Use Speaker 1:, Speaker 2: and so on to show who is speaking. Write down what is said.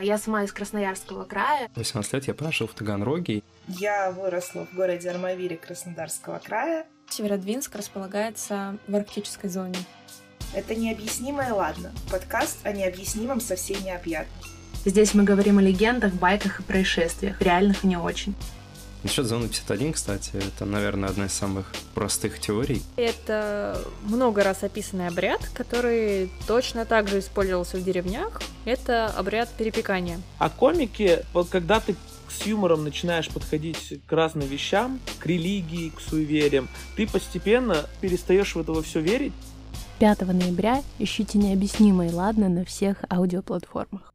Speaker 1: Я сама из Красноярского края.
Speaker 2: 18 лет я прожил в Таганроге.
Speaker 3: Я выросла в городе Армавире Краснодарского края.
Speaker 4: Северодвинск располагается в арктической зоне.
Speaker 3: Это «Необъяснимое, ладно». Подкаст о необъяснимом со всей необъятным.
Speaker 1: Здесь мы говорим о легендах, байках и происшествиях, реальных и не очень.
Speaker 2: Насчет зоны 51, кстати, это, наверное, одна из самых простых теорий.
Speaker 5: Это много раз описанный обряд, который точно так же использовался в деревнях. Это обряд перепекания.
Speaker 6: А комики, вот когда ты с юмором начинаешь подходить к разным вещам, к религии, к суевериям, ты постепенно перестаешь в этого все верить.
Speaker 7: 5 ноября ищите необъяснимое, ладно, на всех аудиоплатформах.